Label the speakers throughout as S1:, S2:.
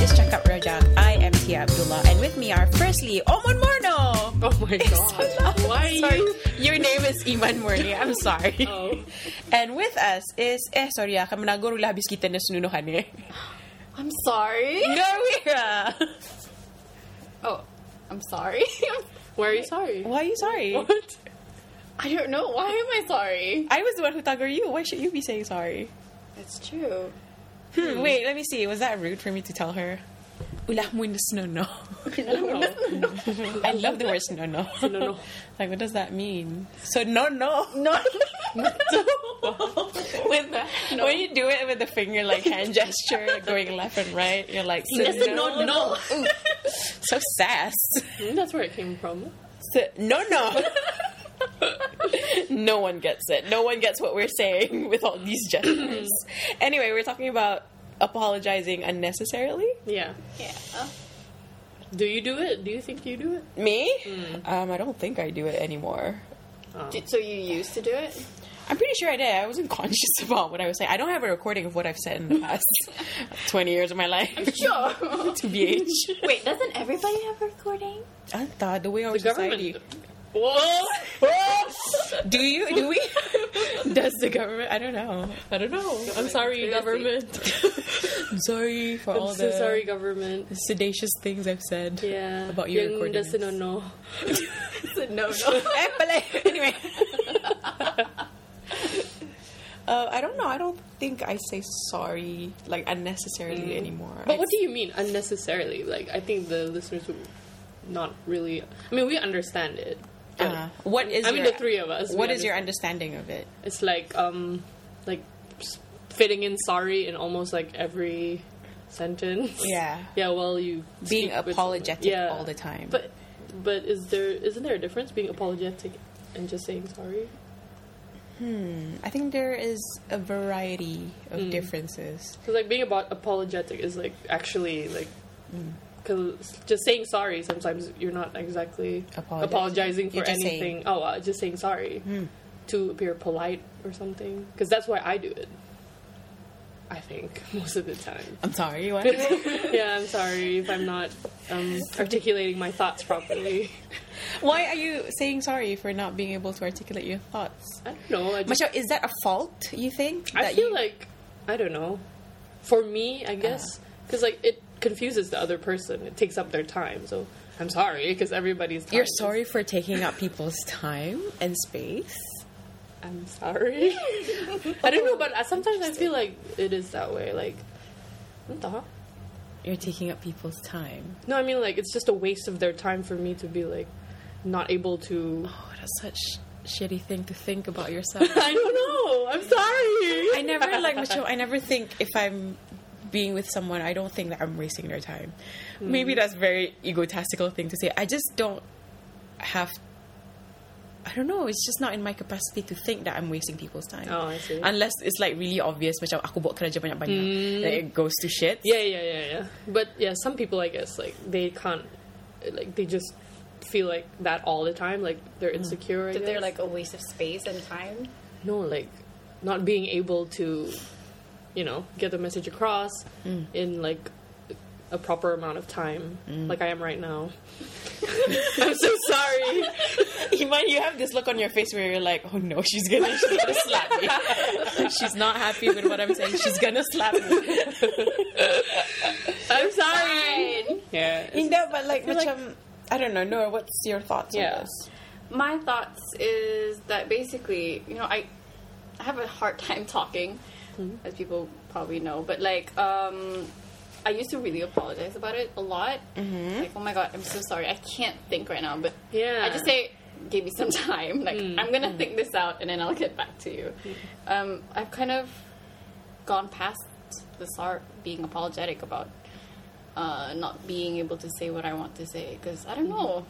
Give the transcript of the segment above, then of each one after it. S1: is Cakap Rajak. I am Tia Abdullah, and with me are firstly Oman Morno.
S2: Oh my god. Why are
S1: Sorry,
S2: you?
S1: your name is Iman Morni. I'm sorry.
S2: Oh.
S1: And with us is eh sorry ah, kami nagurulah habis kita na sununuhan eh.
S2: I'm sorry.
S1: Gawira.
S2: Oh, I'm sorry. Why are you sorry?
S1: Why are you sorry?
S2: What? I don't know. Why am I sorry?
S1: I was the one who tagger you. Why should you be saying sorry?
S2: It's true.
S1: Hmm, wait, let me see. Was that rude for me to tell her? Ulah mo na sununo. I love the word sununo.
S2: Sununo.
S1: like, what does that mean? So no, no.
S2: No.
S1: with the,
S2: No.
S1: when you do it with the finger like hand gesture like, going left and right you're like
S2: That's a no, no.
S1: so sass
S2: Mm, That's where it came from.
S1: so, no no no one gets it no one gets what we're saying with all these gestures anyway we're talking about apologizing unnecessarily
S2: Yeah.
S3: Yeah.
S2: Do you do it? Do you think you do it?
S1: me
S2: Mm.
S1: um, i don't think i do it anymore
S2: Oh.
S3: Did, so you used to do it?
S1: I'm pretty sure I did. I wasn't conscious about what I was saying. I don't have a recording of what I've said in the past 20 years of my life.
S3: Sure.
S1: BH.
S3: Wait, doesn't everybody have a recording?
S1: I thought the way our
S2: The
S1: society.
S2: government. Whoa!
S1: Do you? Do we? Does the government? I don't know.
S2: I don't know. I'm sorry,
S3: Government
S2: government.
S1: I'm sorry for
S2: I'm
S1: all
S2: so
S1: the
S2: sorry, government.
S1: sedacious things I've said.
S2: Yeah.
S1: About your
S2: Yung
S1: recording
S2: doesn't
S1: is-
S2: know.
S3: no, no.
S1: Eh, pala. anyway. Uh, I don't know. I don't think I say sorry like unnecessarily anymore.
S2: Mm. But
S1: I-
S2: what do you mean unnecessarily? Like, I think the listeners would not really. I mean, we understand it. but-
S1: uh, what is?
S2: I mean,
S1: your-
S2: the three of us. we
S1: What is your
S2: understand.
S1: understanding of it?
S2: It's like um, like s- fitting in sorry in almost like every sentence.
S1: Yeah.
S2: Yeah. Well, you
S1: Being
S2: speak with someone.
S1: apologetic
S2: Yeah.
S1: all the time.
S2: But but is there isn't there a difference being apologetic and just saying sorry?
S1: I think there is a variety of differences.
S2: Because like being about apologetic is like actually like.
S1: Mm.
S2: Because just saying sorry sometimes you're not exactly
S1: Apologizing.
S2: apologizing for
S1: You're just saying- Mm.
S2: anything. Oh, uh, just saying sorry to appear polite or something. Because that's why I do it. I think most of the time.
S1: I'm sorry. What?
S2: yeah, I'm sorry if I'm not um, articulating my thoughts properly.
S1: Why are you saying sorry for not being able to articulate your thoughts?
S2: I don't know. I, just,
S1: Michelle, is that a fault you think?
S2: I
S1: that
S2: feel
S1: you- Uh-huh.
S2: like I don't know. For me, I guess because like it confuses the other person. It takes up their time. So I'm sorry because everybody's. Time
S1: you're
S2: is-
S1: sorry for taking up people's time and space.
S2: I'm sorry. I don't know, but I, sometimes I feel like it is that way. Like, entah.
S1: You're taking up people's time.
S2: no, I mean like it's just a waste of their time for me to be like not able to.
S1: Oh, that's such shitty thing to think about yourself.
S2: I don't know. I'm sorry.
S1: I never like Michelle. I never think if I'm being with someone, I don't think that I'm wasting their time. Maybe that's a very egotistical thing to say. I just don't have. I don't know. It's just not in my capacity to think that I'm wasting people's time.
S2: Oh, I see.
S1: Unless it's like really obvious, macam aku buat kerja banyak-banyak, then it goes to shit.
S2: Yeah, yeah, yeah, yeah. But yeah, some people, I guess, like they can't, like they just feel like that all the time. Like they're
S1: Mm-hmm.
S2: insecure. I
S3: So they're
S2: guess.
S3: like a waste of space and time.
S2: no, like not being able to, you know, get the message across
S1: Mm.
S2: in like a proper amount of time,
S1: Mm.
S2: like I am right now. I'm so sorry.
S1: Iman, you have this look on your face where you're like, "Oh no, she's gonna, she's gonna slap me. she's not happy with what I'm saying. She's gonna slap me."
S2: I'm sorry. Yeah. it's-
S1: Indah, but like,
S2: feel like-
S1: macam, I don't know. No, what's your thoughts on
S2: Yeah.
S1: this?
S3: My thoughts is that basically, you know, I, I have a hard time talking, as people probably know, but like, um, I used to really apologize about it a lot. Like, oh my god, I'm so sorry. I can't think right now, but
S2: Yeah.
S3: I just say, give me some time. Like, I'm gonna think this out and then I'll get back to you. Um, I've kind of gone past the start being apologetic about uh, not being able to say what I want to say because I don't know.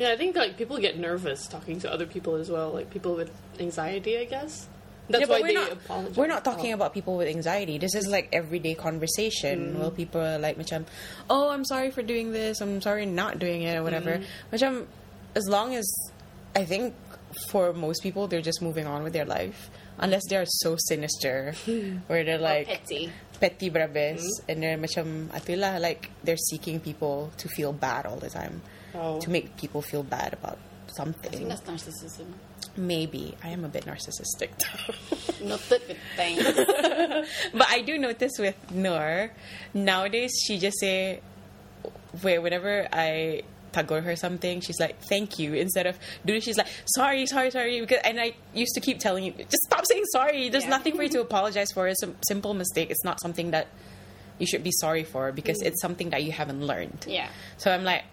S2: Yeah, I think like people get nervous talking to other people as well. Like people with anxiety, I guess. That's
S1: Yeah,
S2: why
S1: but
S2: they
S1: we're not,
S2: apologize.
S1: We're not talking
S2: Oh.
S1: about people with anxiety. This is like everyday conversation
S2: Mm.
S1: where people are like, macam, oh, I'm sorry for
S2: Mm.
S1: doing this. I'm sorry not doing it or whatever. Macam, as long as I think for most people, they're just moving on with their life. Unless they are so sinister, where they're
S3: Like,
S1: like
S3: petty.
S1: petty brabes,
S2: Mm.
S1: and they're macam atulah, like they're seeking people to feel bad all the time,
S2: Oh.
S1: to make people feel bad about
S3: I think
S1: something.
S3: that's narcissism.
S1: Maybe I am a bit narcissistic,
S3: Not that good thing.
S1: but I do notice with Noor nowadays she just say, where whenever I tagore her something, she's like thank you instead of dude. She's like sorry, sorry, sorry because and I used to keep telling you just stop saying sorry. There's
S3: Yeah.
S1: nothing for you to apologize for. It's a simple mistake. It's not something that you should be sorry for because it's something that you haven't learned.
S3: Yeah.
S1: So I'm like.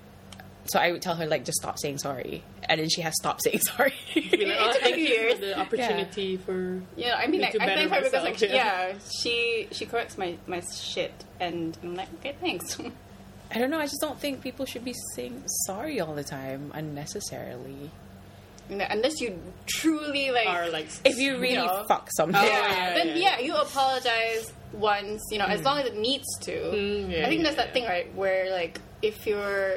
S1: So I would tell her like just stop saying sorry, and then she has stopped saying sorry.
S2: You know,
S3: It took
S2: I- I
S3: like
S2: give
S3: years.
S2: her the opportunity for
S3: Yeah, I
S2: Me
S3: mean, like,
S2: to
S3: I
S2: better
S3: thank her because, like,
S2: myself,
S3: she,
S2: yeah.
S3: yeah, she she corrects my my shit, and I'm like, okay, thanks.
S1: I don't know. I just don't think people should be saying sorry all the time unnecessarily.
S3: You know, Unless you truly like,
S2: are like
S1: If you really
S3: Yeah.
S1: fuck something,
S3: yeah,
S2: Oh, yeah,
S3: then
S2: yeah, Hmm.
S3: yeah, you apologize once, you know, as long as it needs to.
S2: Mm, yeah,
S3: I think
S2: yeah,
S3: that's that
S2: yeah.
S3: thing, right, where like if you're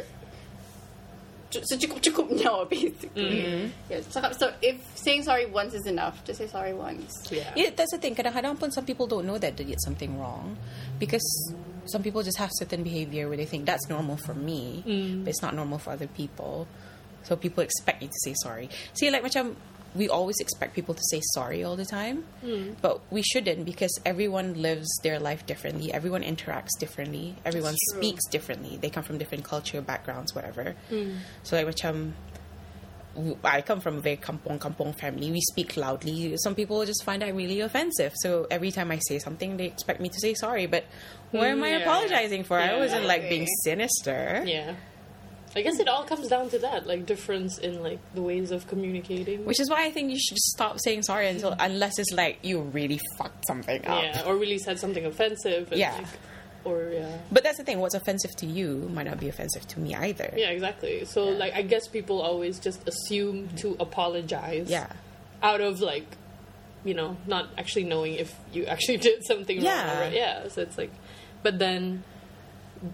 S3: so cukup cukup nyawa, basically.
S2: Mm-hmm.
S3: Yeah, cakap- so if saying sorry once is enough, just say sorry once.
S2: yeah.
S1: yeah, that's the thing. Kadang-kadang pun some people don't know that they did something wrong because some people just have certain behavior where they think that's normal for me, but it's not normal for other people. So people expect you to say sorry. See, like macam we always expect people to say sorry all the time, but we shouldn't because everyone lives their life differently. Everyone interacts differently. Everyone
S3: true.
S1: speaks differently. They come from different culture backgrounds, whatever. So like macam I come from a very kampong kampong family. We speak loudly. Some people just find I really offensive. So every time I say something, they expect me to say sorry. But what am I
S2: Mm, yeah,
S1: apologizing for? I
S2: Yeah,
S1: wasn't like
S3: exactly.
S1: being sinister.
S2: Yeah. I guess it all comes down to that, like difference in like the ways of communicating.
S1: Which is why I think you should stop saying sorry until unless it's like you really fucked something up.
S2: yeah, or really said something offensive. and,
S1: Yeah.
S2: like, or yeah,
S1: But that's the thing. What's offensive to you might not be offensive to me either.
S2: yeah, exactly. So like, I guess people always just assume to apologize.
S1: Yeah.
S2: out of like, you know, not actually knowing if you actually did something wrong.
S1: Yeah.
S2: Or, yeah. So it's like, but then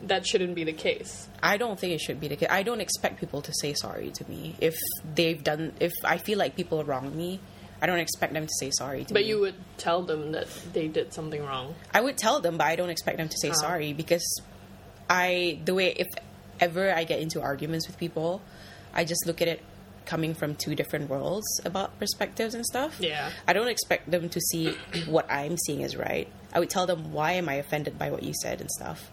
S2: that shouldn't be the case.
S1: I don't think it should be the case. I don't expect people to say sorry to me if they've done. If I feel like people wrong me, I don't expect them to say sorry to me.
S2: But you would tell them that they did something wrong.
S1: I would tell them, but I don't expect them to say sorry because I the way if ever I get into arguments with people, I just look at it coming from two different worlds about perspectives and stuff.
S2: Yeah.
S1: I don't expect them to see what I'm seeing is right. I would tell them why am I offended by what you said and stuff.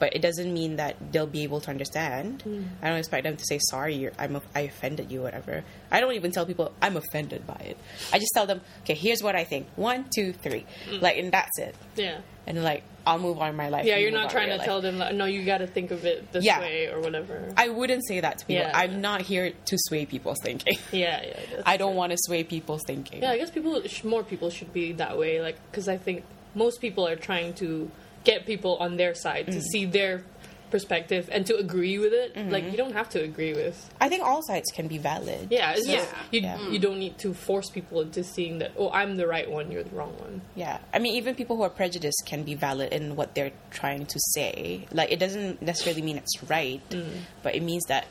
S1: But it doesn't mean that they'll be able to understand. I don't expect them to say sorry. You're, I'm a, I offended you, whatever. I don't even tell people I'm offended by it. I just tell them, okay, here's what I think. One, two, three, like, and that's it
S2: Yeah.
S1: and like I'll move on in my life.
S2: Yeah,
S1: and
S2: you're
S1: move
S2: not
S1: on
S2: trying
S1: with
S2: to
S1: my
S2: tell
S1: life.
S2: them like, no, you got to think of it this
S1: Yeah.
S2: way or whatever.
S1: I wouldn't say that to people.
S2: Yeah.
S1: I'm not here to sway people's thinking.
S2: yeah, yeah. that's
S1: I don't
S2: true.
S1: want to sway people's thinking.
S2: Yeah, I guess people, sh- more people should be that way. Like, because I think most people are trying to get people on their side to see their perspective and to agree with it. Like, you don't have to agree with.
S1: I think all sides can be valid.
S2: Yeah, it's just-
S3: Yeah.
S2: you
S1: Yeah.
S2: you don't need to force people into seeing that. Oh, I'm the right one. You're the wrong one.
S1: Yeah. I mean, even people who are prejudiced can be valid in what they're trying to say. Like, it doesn't necessarily mean it's right,
S2: Mm.
S1: but it means that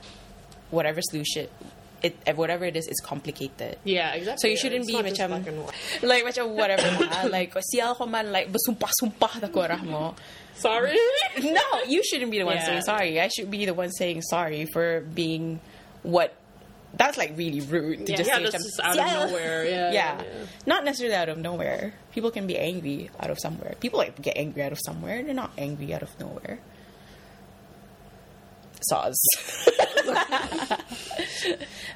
S1: whatever solution, it eh, whatever it is, is complicated.
S2: Yeah, exactly.
S1: So you
S2: yeah,
S1: shouldn't
S2: it's
S1: be
S2: not just
S1: macam-
S2: black and white.
S1: Like macam whatever lah. like sial ko man like bersumpah-sumpah tak ko arah mo.
S2: Sorry.
S1: No, you shouldn't be the one
S2: Yeah.
S1: saying sorry. I should be the one saying sorry for being what. That's like really rude to
S3: Yeah.
S1: just
S2: yeah,
S1: say
S2: that's
S1: some-
S2: just out
S1: Yeah.
S2: of nowhere. Yeah,
S1: Yeah. not necessarily out of nowhere. People can be angry out of somewhere. People like get angry out of somewhere. They're not angry out of nowhere. Saws.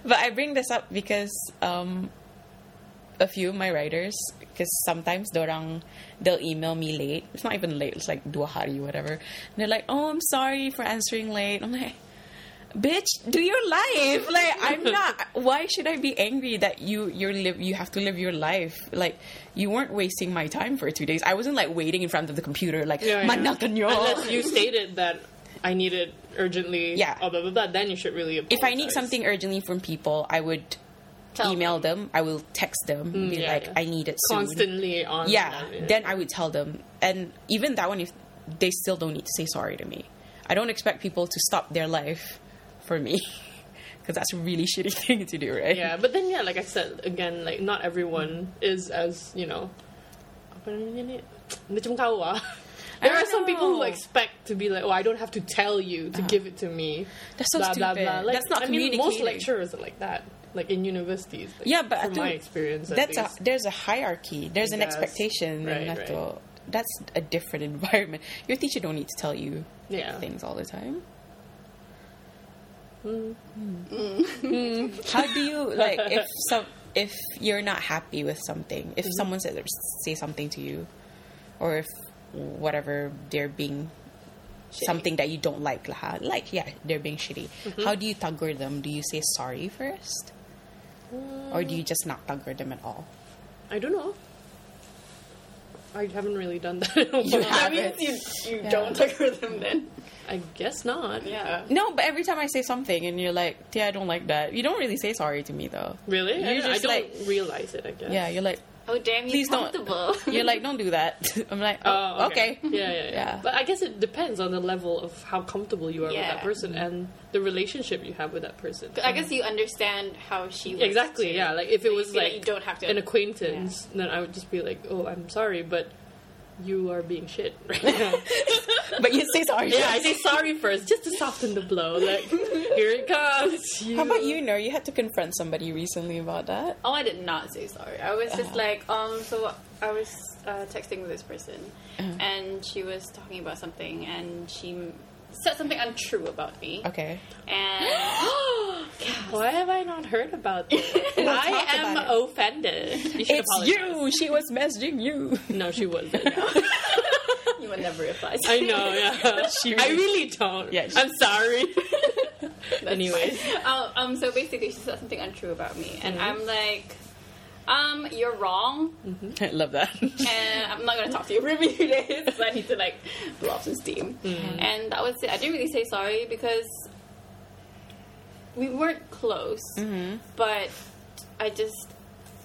S1: but I bring this up because um, a few of my writers, because sometimes dorang, they'll email me late. It's not even late. It's like dua hari, whatever. And they're like, "Oh, I'm sorry for answering late." I'm like, "Bitch, do your life. Like, I'm not. Why should I be angry that you you live you have to live your life? Like, you weren't wasting my time for two days. I wasn't like waiting in front of the computer like
S2: Yeah, yeah.
S1: "Manakan yo."
S2: Unless you stated that I need it urgently.
S1: Yeah.
S2: Blah blah blah. blah then you should really.
S1: If I need
S2: apologize.
S1: something urgently from people, I would
S3: Tell
S1: email them. I will text them. and be
S2: Mm, yeah,
S1: like,
S2: yeah.
S1: "I need it soon."
S2: constantly on.
S1: yeah,
S2: that,
S1: then I would tell them. And even that one, if they still don't need to say sorry to me, I don't expect people to stop their life for me because that's a really shitty thing to do, right?
S2: Yeah, but then yeah, like I said again, like not everyone is as you know. apa namanya ni? Macam kau ah.
S1: I
S2: There are some
S1: know.
S2: people who expect to be like, oh, I don't have to tell you to give it to me.
S1: That's so stupid.
S2: Like,
S1: That's not
S2: I mean, most
S1: communicating.
S2: lecturers are like that, like in universities. Like,
S1: Yeah, but I
S2: from my
S1: think
S2: experience, at
S1: That's a,
S2: least.
S1: there's a hierarchy. There's an
S2: Yes.
S1: expectation.
S2: Right,
S1: and
S2: right.
S1: to- That's a different environment. Your teacher don't need to tell you
S2: yeah.
S1: things all the time.
S2: Mm.
S1: Hmm. How do you like if some if you're not happy with something,
S2: Mm-hmm.
S1: if someone says say something to you, or if whatever they're being something that you don't like, lah, ha, like yeah, they're being shitty.
S2: Mm-hmm.
S1: How do you tugger them? Do you say sorry first, or do you just not tugger them at all?
S2: I don't know. I haven't really done that. in a
S1: You
S2: while.
S3: That
S1: have
S3: means
S1: it.
S3: you, you don't tucker them then.
S2: I guess not.
S3: Yeah.
S1: No, but every time I say something and you're like, yeah, I don't like that. You don't really say sorry to me though.
S2: Really? I
S1: You're
S2: don't, I
S1: just
S2: don't
S1: like-
S2: realize it. I guess.
S1: Yeah, you're like,
S3: Oh damn,
S1: please
S3: you're
S1: don't.
S3: comfortable.
S1: You're like, don't do that. I'm like,
S2: Oh,
S1: okay.
S2: okay. Yeah, yeah, yeah,
S1: Yeah.
S2: But I guess it depends on the level of how comfortable you are with that
S3: Yeah.
S2: person
S1: Mm-hmm.
S2: and the relationship you have with that person.
S3: I guess you understand how she works
S2: Exactly.
S3: too.
S2: Yeah. Like if
S3: So
S2: it
S3: you
S2: was
S3: feel
S2: like
S3: you don't have to
S2: an acquaintance, then I would just be like, "Oh, I'm sorry, but you are being shit right now."
S1: But you say sorry.
S2: yeah, I say sorry first, just to soften the blow. Like here it comes. You.
S1: How about you, Nur? You had to confront somebody recently about that.
S3: Oh, I did not say sorry. I was just like, um, so I was uh, texting with this person, and she was talking about something, and she m- said something untrue about me,
S1: Okay.
S3: and
S2: Why have I not heard about this? I
S1: talk
S2: am
S1: about
S2: offended. You should
S1: It's
S2: apologize.
S1: you. She was messaging you.
S2: No, she wasn't.
S3: you would never reply.
S2: I know, yeah.
S1: She
S2: I really don't.
S1: Yeah, she-
S2: I'm sorry. anyway,
S3: um, um, so basically, she said something untrue about me, and I'm like, um, you're wrong,
S1: I love that.
S3: and I'm not gonna talk to you for a few days. So I need to like blow off some steam. And that was it. I didn't really say sorry because we weren't close, but I just.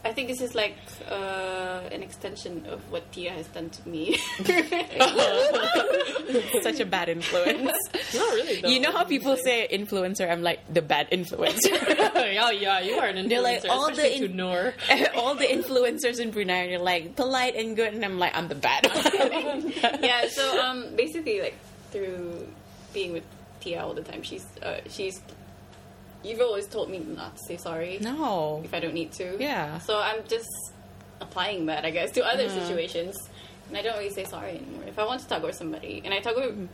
S3: I think this is like uh, an extension of what Tia has done to me.
S1: Such a bad influence.
S2: not really. Though.
S1: You know how people say influencer? I'm like the bad influencer.
S2: oh yeah, you are an influencer.
S1: They're like, all the
S2: especially
S1: in-
S2: to Noor.
S1: All the influencers in Brunei are like polite and good, and I'm like I'm the bad one.
S3: yeah, so um, basically, like through being with Tia all the time, she's uh, she's you've always told me not to say sorry.
S1: No.
S3: if I don't need to.
S1: Yeah. Mm-hmm.
S3: So I'm just applying that, I guess, to other situations, and I don't really say sorry anymore. If I want to talk with somebody, and I talk with,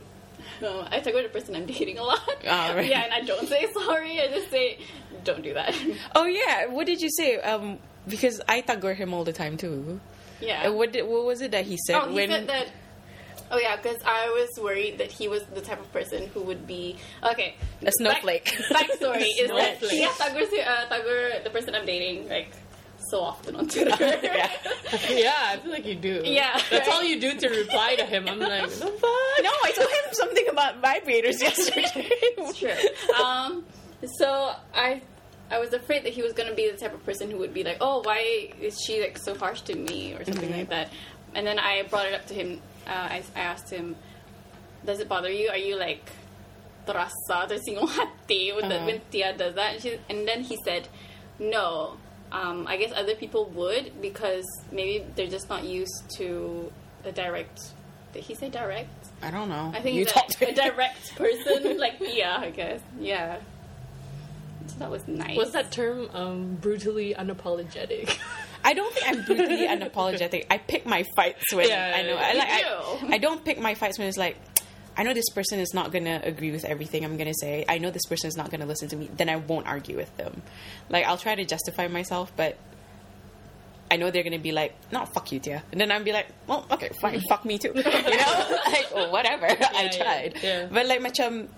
S3: uh, I talk with the person I'm dating a lot.
S1: Mm-hmm. Ah, right.
S3: Yeah, and I don't say sorry. I just say, don't do that.
S1: Oh yeah. What did you say? Um, because I tagger him all the time too.
S3: yeah.
S1: Uh, What did, what was it that he said
S3: oh, he
S1: when?
S3: said that. Oh yeah, because I was worried that he was the type of person who would be okay.
S1: A snowflake.
S3: Back, backstory is that
S2: Snowflake.
S3: yeah, Tagur, uh, Tagur, the person I'm dating, like so often on Twitter.
S1: Yeah.
S2: yeah, I feel like you do.
S3: Yeah,
S2: that's
S3: right.
S2: all you do to reply to him. I'm like, "What the fuck?"
S1: No, I told him something about vibrators yesterday.
S3: It's true. Um, so I, I was afraid that he was going to be the type of person who would be like, "Oh, why is she like so harsh to me?" or something like that. And then I brought it up to him. Uh, I, I asked him, "Does it bother you? Are you like terasa tersinggung hati with the,
S1: Uh-huh.
S3: when Tia does that?" And, she, and then he said, "No." Um, I guess other people would because maybe they're just not used to a direct. Did he say direct?
S1: I don't know.
S3: I think
S1: you
S3: that
S1: talked to
S3: a direct person, like yeah, I guess, yeah. So that was nice.
S2: What's that term? Um, brutally unapologetic.
S1: I don't think I'm brutally unapologetic. I pick my fights when
S2: Yeah,
S1: I know.
S2: yeah,
S1: I
S3: yeah.
S1: like.
S3: You
S1: I,
S3: do.
S1: I don't pick my fights when it's like. I know this person is not gonna agree with everything I'm gonna say. I know this person is not gonna listen to me. Then I won't argue with them. Like I'll try to justify myself, but I know they're gonna be like, "No, fuck you, dear," and then I'll be like, "Well, okay, fine, fuck me too," you know, like whatever. I
S2: yeah,
S1: tried,
S2: yeah.
S1: but like, macam,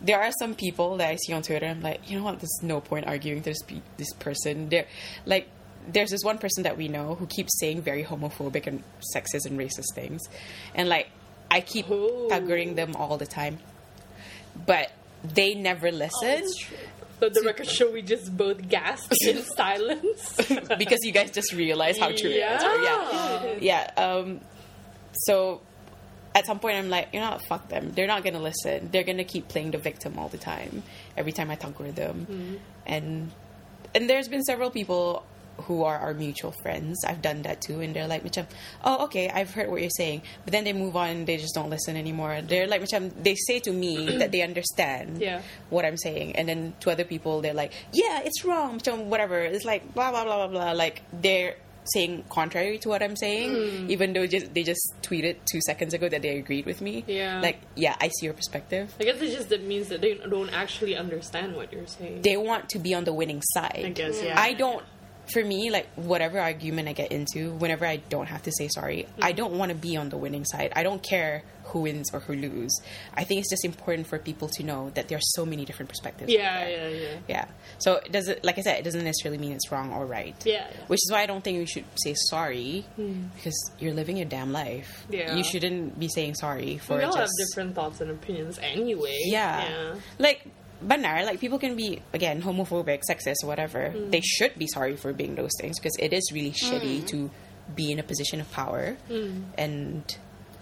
S1: there are some people that I see on Twitter. I'm like, you know what? There's no point arguing to this pe- this person. There, like, there's this one person that we know who keeps saying very homophobic and sexist and racist things, and like, I keep
S2: Oh.
S1: tagging them all the time, but they never listen
S2: Let the record show we just both gasped in silence.
S1: because you guys just realize how true it is. Or, yeah.
S2: yeah.
S1: yeah um so at some point I'm like, you know, what, fuck them. They're not gonna listen. They're gonna keep playing the victim all the time. Every time I talk with them, and and there's been several people who are our mutual friends. I've done that too, and they're like, "Macam, oh, okay, I've heard what you're saying," but then they move on. and They just don't listen anymore. They're like, "Macam," they say to me that they understand
S2: Yeah.
S1: what I'm saying, and then to other people, they're like, "Yeah, it's wrong," macam whatever. It's like blah blah blah blah blah. Like they're saying contrary to what I'm saying,
S2: Hmm.
S1: even though just they just tweeted two seconds ago that they agreed with me.
S2: Yeah.
S1: like yeah, I see your perspective.
S2: I guess it just that means that they don't actually understand what you're saying.
S1: They want to be on the winning side.
S2: I guess, yeah.
S1: I don't. For me, like whatever argument I get into, whenever I don't have to say sorry,
S2: Hmm.
S1: I don't want to be on the winning side. I don't care who wins or who lose. I think it's just important for people to know that there are so many different perspectives. out
S2: Yeah,
S1: there.
S2: yeah, yeah.
S1: Yeah. So it doesn't like I said, it doesn't necessarily mean it's wrong or right.
S2: Yeah, yeah.
S1: Which is why I don't think you should say sorry because you're living your damn life.
S2: Yeah.
S1: You shouldn't be saying sorry for
S2: We all have
S1: just
S2: different thoughts and opinions anyway.
S1: yeah.
S2: Yeah.
S1: Like benar, like people can be again homophobic, sexist, whatever.
S2: Hmm.
S1: They should be sorry for being those things because it is really shitty to be in a position of power
S2: Hmm.
S1: and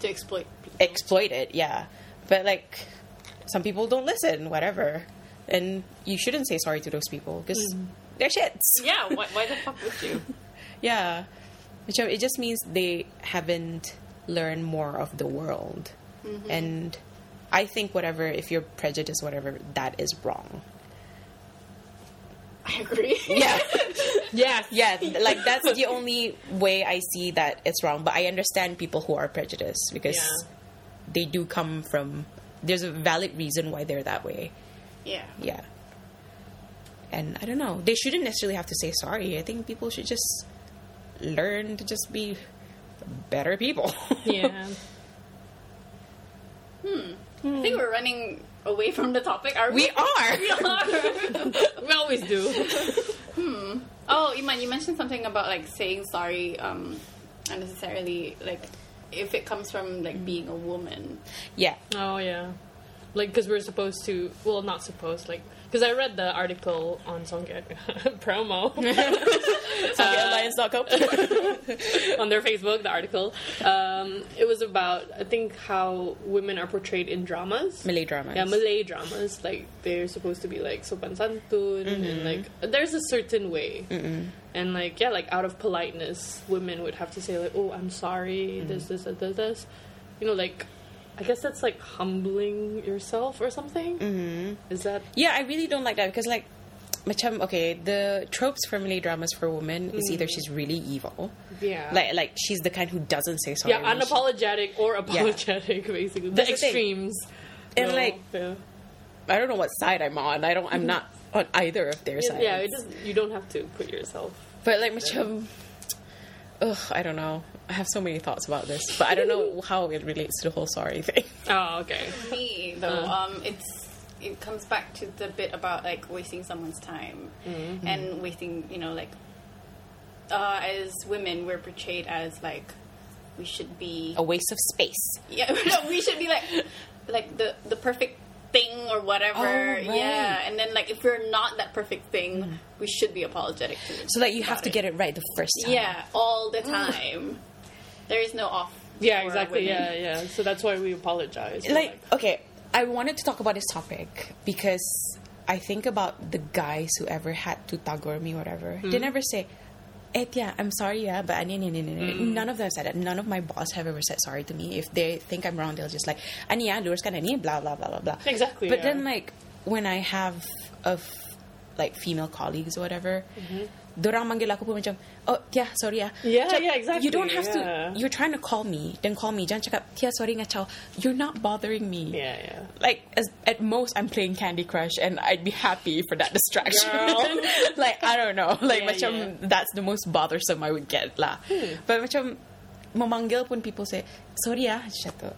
S3: to exploit people.
S1: exploit it, yeah. But like some people don't listen, whatever. And you shouldn't say sorry to those people because
S2: Mm.
S1: they're shits.
S3: Yeah, why, why the fuck would you?
S1: Yeah. Which uh, it just means they haven't learned more of the world.
S2: Mm-hmm.
S1: And I think whatever if you're prejudiced whatever that is wrong.
S3: I agree.
S1: Yeah.
S2: Yes.
S1: yeah, like that's the only way I see that it's wrong, but I understand people who are prejudiced because
S2: Yeah.
S1: they do come from there's a valid reason why they're that way.
S3: Yeah.
S1: Yeah. And I don't know. They shouldn't necessarily have to say sorry. I think people should just learn to just be better people.
S2: Yeah.
S3: I think we're running away from the topic. Are we?
S1: we are.
S3: We are.
S2: we always do.
S3: oh, Iman, you mentioned something about like saying sorry um, unnecessarily, like if it comes from like being a woman.
S1: Yeah.
S2: Oh yeah, like because we're supposed to. Well, not supposed. Like because I read the article on Songket promo
S1: Uh, Alliance.com.
S2: on their Facebook. The article. Um, it was about I think how women are portrayed in dramas.
S1: Malay dramas.
S2: Yeah, Malay dramas. Like they're supposed to be like sopan santun and like there's a certain way. And like yeah, like out of politeness, women would have to say like, "Oh, I'm sorry." This, this, this, this, this. You know, like I guess that's like humbling yourself or something. Mm-hmm. Is that
S1: Yeah, I really don't like that because like macam okay, the tropes for Malay dramas for women is either she's really evil.
S2: Mm. yeah?
S1: Like like she's the kind who doesn't say sorry.
S2: yeah,
S1: when she-
S2: unapologetic or apologetic, basically the
S1: That's the thing.
S2: extremes.
S1: And,
S2: No,
S1: like,
S2: yeah.
S1: I don't know what side I'm on. I don't I'm not on either of their sides.
S2: Mm-hmm. yeah, it does. You don't have to put yourself.
S1: But like macam Ugh, I don't know. I have so many thoughts about this, but I don't know how it relates to the whole sorry thing.
S2: Oh, okay.
S3: Me though,
S1: Uh-huh.
S3: um, it's it comes back to the bit about like wasting someone's time
S1: Mm-hmm.
S3: and wasting, you know, like uh, as women, we're portrayed as like we should be
S1: A waste of space.
S3: Yeah, no, we should be like like the the perfect thing or whatever.
S1: Oh, right. Mm.
S3: Yeah, and then like if we're not that perfect thing, we should be apologetic. To
S1: So like you have to get it right the first time. Mm.
S3: yeah, all the time. there is no off.
S2: Yeah,
S3: for
S2: exactly.
S3: women.
S2: Yeah, yeah. So that's why we apologize. We're
S1: like okay i wanted to talk about this topic because i think about the guys who ever had to tagore me whatever
S2: Mm-hmm.
S1: they never say Etia, I'm sorry, yeah, but I, nee, nee, nee, nee, nee."
S2: Mm-hmm.
S1: none of them said that. None of my boss have ever said sorry to me. If they think I'm wrong, they'll just like, "Ani yeah, luruskan ani," blah blah blah blah blah.
S2: Exactly,
S1: But
S2: yeah.
S1: then, like, when I have of like female colleagues or whatever, dorang manggil aku pun macam, "Oh, yeah, sorry yeah."
S2: Mm-hmm. Yeah,
S1: Macam,
S2: yeah,
S1: You don't
S2: exactly,
S1: have
S2: yeah.
S1: to you're trying to call me, then call me. Jangan cakap, Tia, sorry nga chow. You're not bothering me.
S2: Yeah, yeah.
S1: Like, as, at most, I'm playing Candy Crush, and I'd be happy for that distraction.
S2: Girl.
S1: like, I don't know. Like,
S2: Yeah,
S1: macam,
S2: yeah. Hmm.
S1: that's the most bothersome I would get lah. But macam, memanggil pun people say, sorry ah, macam tu.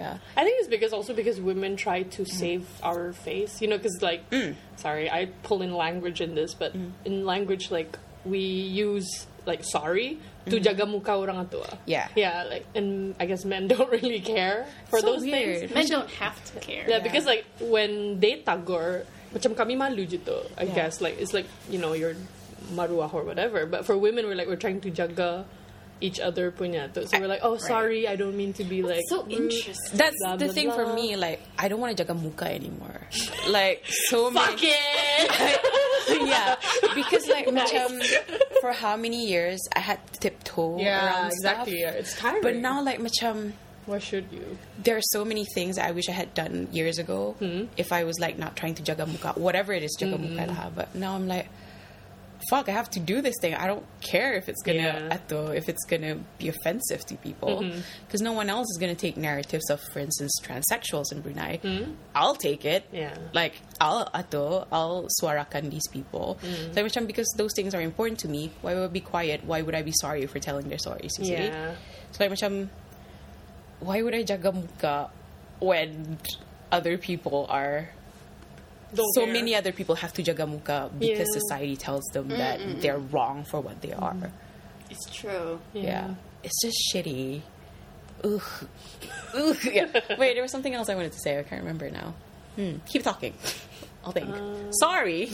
S1: Yeah.
S2: I think it's because also because women try to save our face, you know, because like,
S1: Mm.
S2: sorry, I pull in language in this, but in language like we use like sorry to jaga muka orang tua.
S1: Mm-hmm. Yeah.
S2: yeah, like and I guess men don't really care for
S1: So
S2: those
S1: weird.
S2: things.
S3: men don't have to care.
S2: Yeah, because like when they tagor, macam kami malu gitu. I
S1: Yeah.
S2: guess like it's like you know your maruah or whatever, but for women we're like we're trying to jaga each other punyato. So we're like,
S1: Right.
S2: oh, sorry, I don't mean to be like.
S3: so
S1: mm.
S2: rude."
S3: interesting.
S1: That's
S2: Blah,
S1: the
S2: blah,
S1: thing for
S2: blah.
S1: me. Like, I don't want to jagamuka anymore. Like, so many.
S3: Fuck it.
S1: yeah, because like
S3: Nice.
S1: macam, for how many years I had to tiptoe
S2: Yeah,
S1: around
S2: exactly.
S1: stuff.
S2: Yeah, It's tiring.
S1: But now like macam
S2: why should you?
S1: there are so many things I wish I had done years ago
S2: Hmm.
S1: if I was like not trying to jaga muka, whatever it is jaga muka lah. But now I'm like, fuck, I have to do this thing. I don't care if it's gonna
S2: Yeah. Hmm.
S1: ato, if it's gonna be offensive to people, because no one else is gonna take narratives of, for instance, transsexuals in Brunei. I'll take it.
S2: Hmm. Yeah.
S1: like I'll ato, I'll suarakan these people.
S2: Hmm.
S1: So macam because those things are important to me, why would I be quiet? Why would I be sorry for telling their stories? You see?
S2: Yeah.
S1: So like macam why would I jaga muka when other people are
S2: Don't
S1: so
S2: care.
S1: many other people have to jaga muka because
S2: Yeah.
S1: society tells them that they're wrong for what they are.
S3: It's true.
S1: Yeah. It's just shitty. Ugh. Ugh. Yeah. Wait, there was something else I wanted to say. I can't remember now. Hmm. Keep talking. I'll think. Sorry.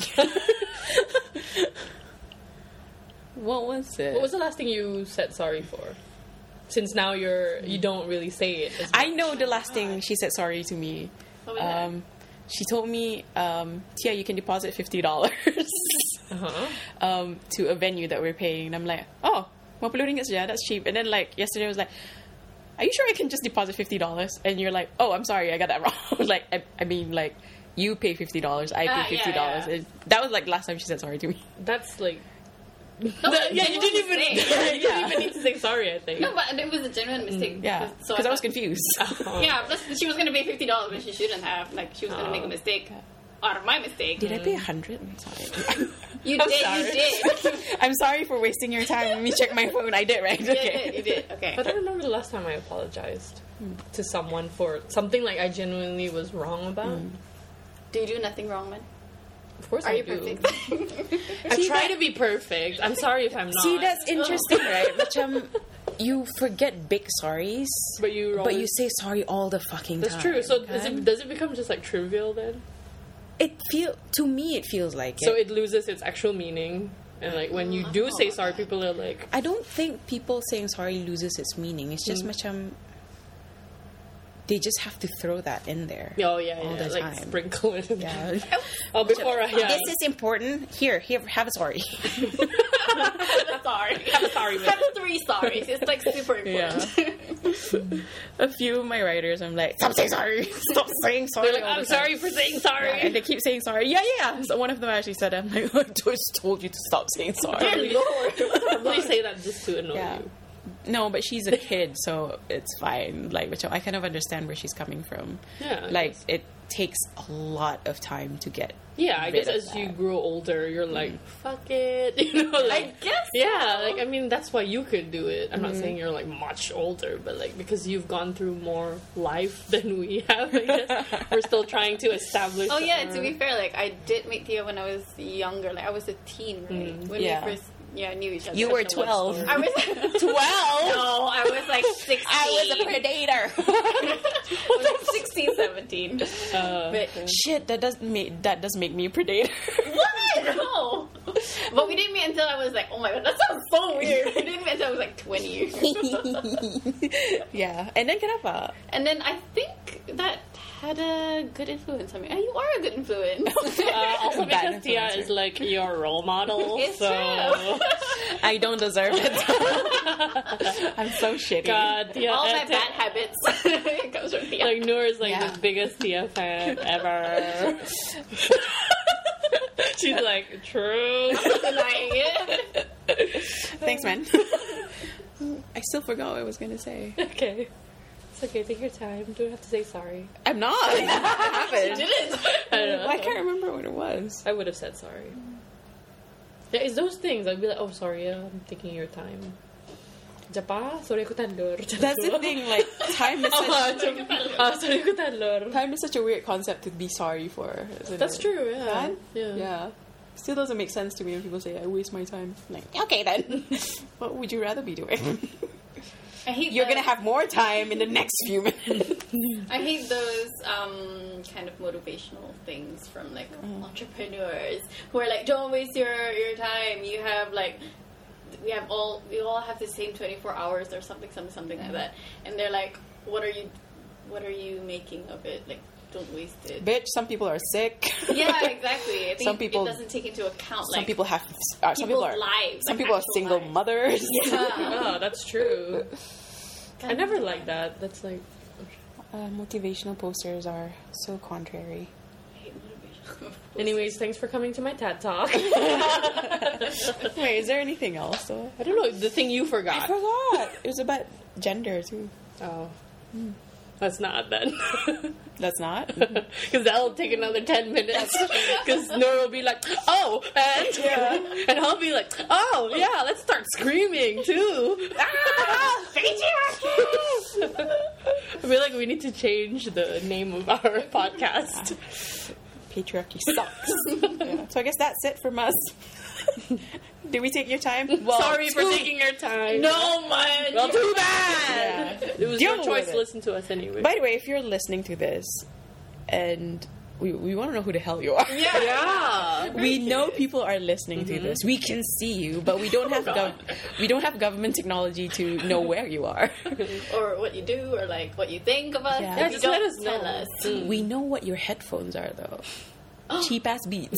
S1: what was it?
S2: What was the last thing you said sorry for? Since now you're you don't really say it. As
S1: I know the last thing she said sorry to me.
S3: What was that?
S1: Um, she told me, um, Tia, you can deposit fifty dollars
S2: uh-huh.
S1: um, to a venue that we're paying. And I'm like, oh, 50 ringgit yeah, that's cheap. And then like yesterday I was like, are you sure I can just deposit fifty dollars? And you're like, oh, I'm sorry, I got that wrong. like, I, I mean, like, you pay fifty dollars, I
S3: Ah,
S1: pay
S3: yeah,
S1: fifty dollars.
S3: yeah.
S1: And That was like last time she said sorry to me.
S2: That's like
S3: No,
S2: The-
S3: but
S2: yeah,
S3: it
S2: you
S3: was
S2: didn't
S3: a
S2: even Mm,
S3: mistake.
S2: you didn't even need to say sorry. I think.
S3: No, but it was a genuine mistake.
S1: Yeah,
S3: so
S1: because I was
S3: thought-
S1: confused.
S2: Um,
S3: Yeah, plus she was gonna pay fifty dollars, but she shouldn't have. Like she was gonna
S2: Oh.
S3: make a mistake out of my mistake.
S1: Did I pay a hundred? I'm sorry.
S3: You
S2: I'm
S3: did.
S2: sorry.
S3: You did. You
S1: I'm sorry for wasting your time. Let me check my phone. I did right.
S3: did. You did. Okay.
S2: But I remember the last time I apologized
S1: Hmm.
S2: to someone for something like I genuinely was wrong about.
S1: Hmm.
S3: do you do nothing wrong, man?
S2: Of course,
S3: Are
S2: I
S3: you
S2: do.
S3: perfect?
S2: I
S1: See,
S2: try
S1: that-
S2: to be perfect. I'm sorry if I'm not.
S1: See, that's interesting, right? Macam, you forget big sorries,
S2: But you
S1: but you
S2: always-
S1: say sorry all the fucking
S2: That's
S1: time.
S2: true. So does
S1: okay?
S2: it, does it become just like trivial then?
S1: it feel to me it feels like
S2: So
S1: it.
S2: it loses its actual meaning, and like when you
S3: Mm, I
S2: do
S3: don't
S2: say
S3: know
S2: sorry,
S3: about that.
S2: people are like,
S1: I don't think people saying sorry loses its meaning. It's just macam they just have to throw that in there.
S2: oh yeah,
S1: All
S2: yeah,
S1: the
S2: like
S1: time.
S2: sprinkle it. In there.
S1: Yeah.
S2: Oh, before I yeah.
S1: This is important. Here, here, have a sorry.
S3: sorry. Have a sorry. Have three sorries. It's like super
S2: yeah.
S3: important.
S1: a few of my writers, I'm like, stop saying sorry. Stop saying sorry.
S2: They're like,
S1: all the
S2: I'm
S1: time."
S2: sorry for saying sorry.
S1: And they keep saying sorry. Yeah, yeah. So one of them actually said, "I'm like, I just told you to stop saying sorry."
S2: Dear Lord. they say that just to annoy
S1: Yeah.
S2: you.
S1: No, but she's a kid, so it's fine. Like, which I kind of understand where she's coming from.
S2: Yeah, I
S1: Like,
S2: guess.
S1: it takes a lot of time to get.
S2: Yeah, I
S1: rid
S2: guess
S1: of
S2: as you
S1: that.
S2: grow older, you're like, fuck it. You know, like,
S3: Mm. guess
S2: Yeah,
S3: so. Mm-hmm.
S2: like, I mean, that's why you could do it. I'm not saying you're, like, much older, but, like, because you've gone through more life than we have, I guess. We're still trying to establish.
S3: Oh yeah.
S2: our-
S3: To be fair, like I did meet Theo when I was younger. Like I was a teen, right?
S2: Mm,
S3: when
S1: yeah.
S3: we first yeah knew each other.
S1: You were
S2: Such a love
S1: twelve.
S2: story.
S3: I was.
S1: Twelve.
S3: No, I was like 16.
S1: predator.
S3: I was like 16, 17.
S2: Uh,
S3: But
S1: Shit, that does make that does make me a predator.
S3: what? No. But we didn't meet until I was like, oh my god, that sounds so weird. We didn't meet until I was like 20.
S1: yeah, and then uh, kenapa?
S3: And then I think that had a good influence on me. And you are a good influence.
S2: uh, also
S1: Bad
S2: because Tia
S1: influencer.
S2: is, like, your role model,
S3: It's
S2: so...
S1: I don't deserve it. I'm so shitty.
S2: God, Tia...
S3: All my
S2: Tia-
S3: bad habits it comes from me.
S2: Like, Noor is, like,
S1: Yeah.
S2: the biggest Tia fan ever. She's like, true.
S3: denying it.
S1: Thanks, man. I still forgot what I was gonna say.
S2: Okay. It's okay, take your time. Don't have to say sorry.
S1: I'm not. It happened.
S3: Didn't.
S2: I don't know.
S1: I can't remember what it was.
S2: I would have said sorry. Yeah, it's those things. I'd be like, oh, sorry, uh, I'm taking your time. Japa, sorry aku tandur.
S1: That's the thing. Like time is
S2: Ah,
S1: such,
S2: macam, ah, sorry aku tandur.
S1: time is such a weird concept to be sorry for. Isn't
S2: That's
S1: it?
S2: true, yeah.
S1: Right?
S2: Yeah.
S1: Yeah. Still doesn't make sense to me when people say I waste my time. I'm Like, okay then, what would you rather be doing?
S3: I hate
S1: You're
S3: those,
S1: gonna have more time in the next few minutes.
S3: I hate those um, kind of motivational things from like entrepreneurs who are like, don't waste your, your time. You have like we have all we all have the same 24 hours or something something something like that and they're like what are you what are you making of it like don't waste it
S1: Bitch, some people are sick.
S3: yeah exactly I think
S1: Some
S3: it-
S1: people-
S3: it doesn't take into account
S1: some
S3: like
S1: people have. Uh, some people are.
S3: people's lives,
S1: some
S3: like
S1: people are
S3: actual
S1: single
S3: lives.
S1: mothers.
S3: yeah.
S2: Oh, that's true. I never liked that. That's like
S1: Uh, motivational posters are so contrary.
S3: I hate motivation.
S2: Anyways, thanks for coming to my TED talk.
S1: Wait, is there anything else? Though?
S2: I don't know the thing you
S1: I
S2: forgot.
S1: forgot. it was about gender too.
S2: Oh, that's not then,
S1: That's not.
S2: because that'll take another ten minutes. Because Nora will be like, "Oh," and and I'll be like, "Oh, yeah." Let's start screaming too.
S1: Ah,
S2: I feel like we need to change the name of our podcast.
S1: Patriarchy sucks. Yeah. So I guess that's it from us. Did we take your time? Well,
S2: Sorry for
S1: too-
S2: taking your time.
S1: No man.
S2: well, too bad.
S1: Yeah.
S2: It was
S1: Deal
S2: your
S1: with
S2: choice to
S1: it.
S2: listen to us anyway.
S1: By the way, if you're listening to this, and we we want to know who the hell you are.
S2: yeah. yeah.
S1: We know people are listening to this. We can see you, but we don't have gov- we don't have government technology to know where you are.
S3: or what you do or like what you think of us
S1: Yeah.
S3: If
S1: Yeah,
S3: you
S2: just let
S3: don't,
S2: us know.
S3: tell us.
S2: Mm.
S1: we know what your headphones are, though.
S2: Oh.
S1: Cheap ass beats.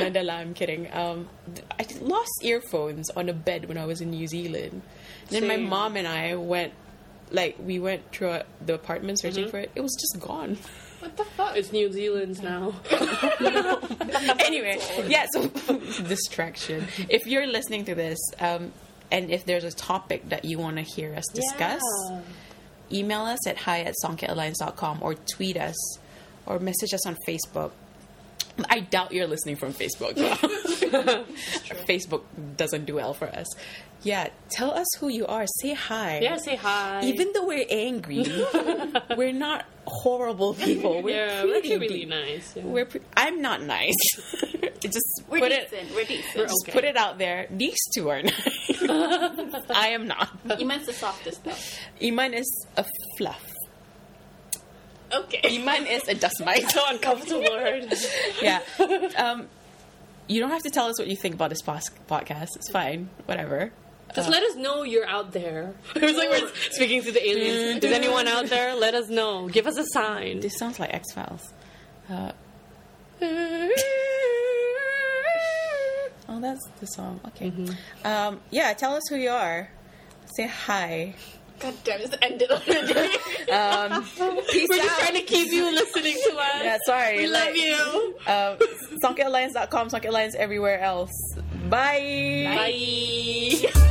S1: Mandala, I'm kidding. Um, th- I just lost earphones on a bed when I was in New Zealand. Then my
S2: Same.
S1: mom and I went, like, we went through the apartment searching
S2: Mm-hmm.
S1: for it. It was just gone.
S3: what the fuck
S2: It's New Zealand's now.
S1: anyway, yeah, so distraction. If you're listening to this, um, and if there's a topic that you want to hear us discuss,
S2: Yeah.
S1: email us at hi at songkitalliance.com or tweet us or message us on Facebook. I doubt you're listening from Facebook. Facebook doesn't do well for us. Yeah, tell us who you are. Say hi.
S2: Yeah, say hi.
S1: Even though we're angry, we're not horrible people. We're
S2: yeah, we're
S1: pretty
S2: actually really
S1: deep.
S2: nice. Yeah.
S1: We're pre- I'm not nice. just
S3: we're
S1: put
S3: decent
S1: it
S3: we're decent
S2: We're
S1: just
S2: okay.
S1: put it out there. These two are nice. I am not.
S3: Iman's the softest though
S1: Iman is a fluff.
S3: okay
S1: Iman is a dust mite.
S2: so uncomfortable. right?
S1: yeah. Um, you don't have to tell us what you think about this pos- podcast. It's fine. Whatever.
S2: Just let us know you're out there. Mm-hmm. It was like we're speaking to the aliens. Is anyone out there? Let us know. Give us a sign.
S1: This sounds like X Files. Uh, oh, that's the song. Okay. Um, yeah, tell us who you are. Say hi.
S3: god damn just ended on the day
S1: Peace
S2: we're just trying to keep you listening to us.
S1: yeah, sorry.
S2: we love you.
S1: um, SonketAlliance.com, Sonket Alliance everywhere else. Bye.
S2: Bye.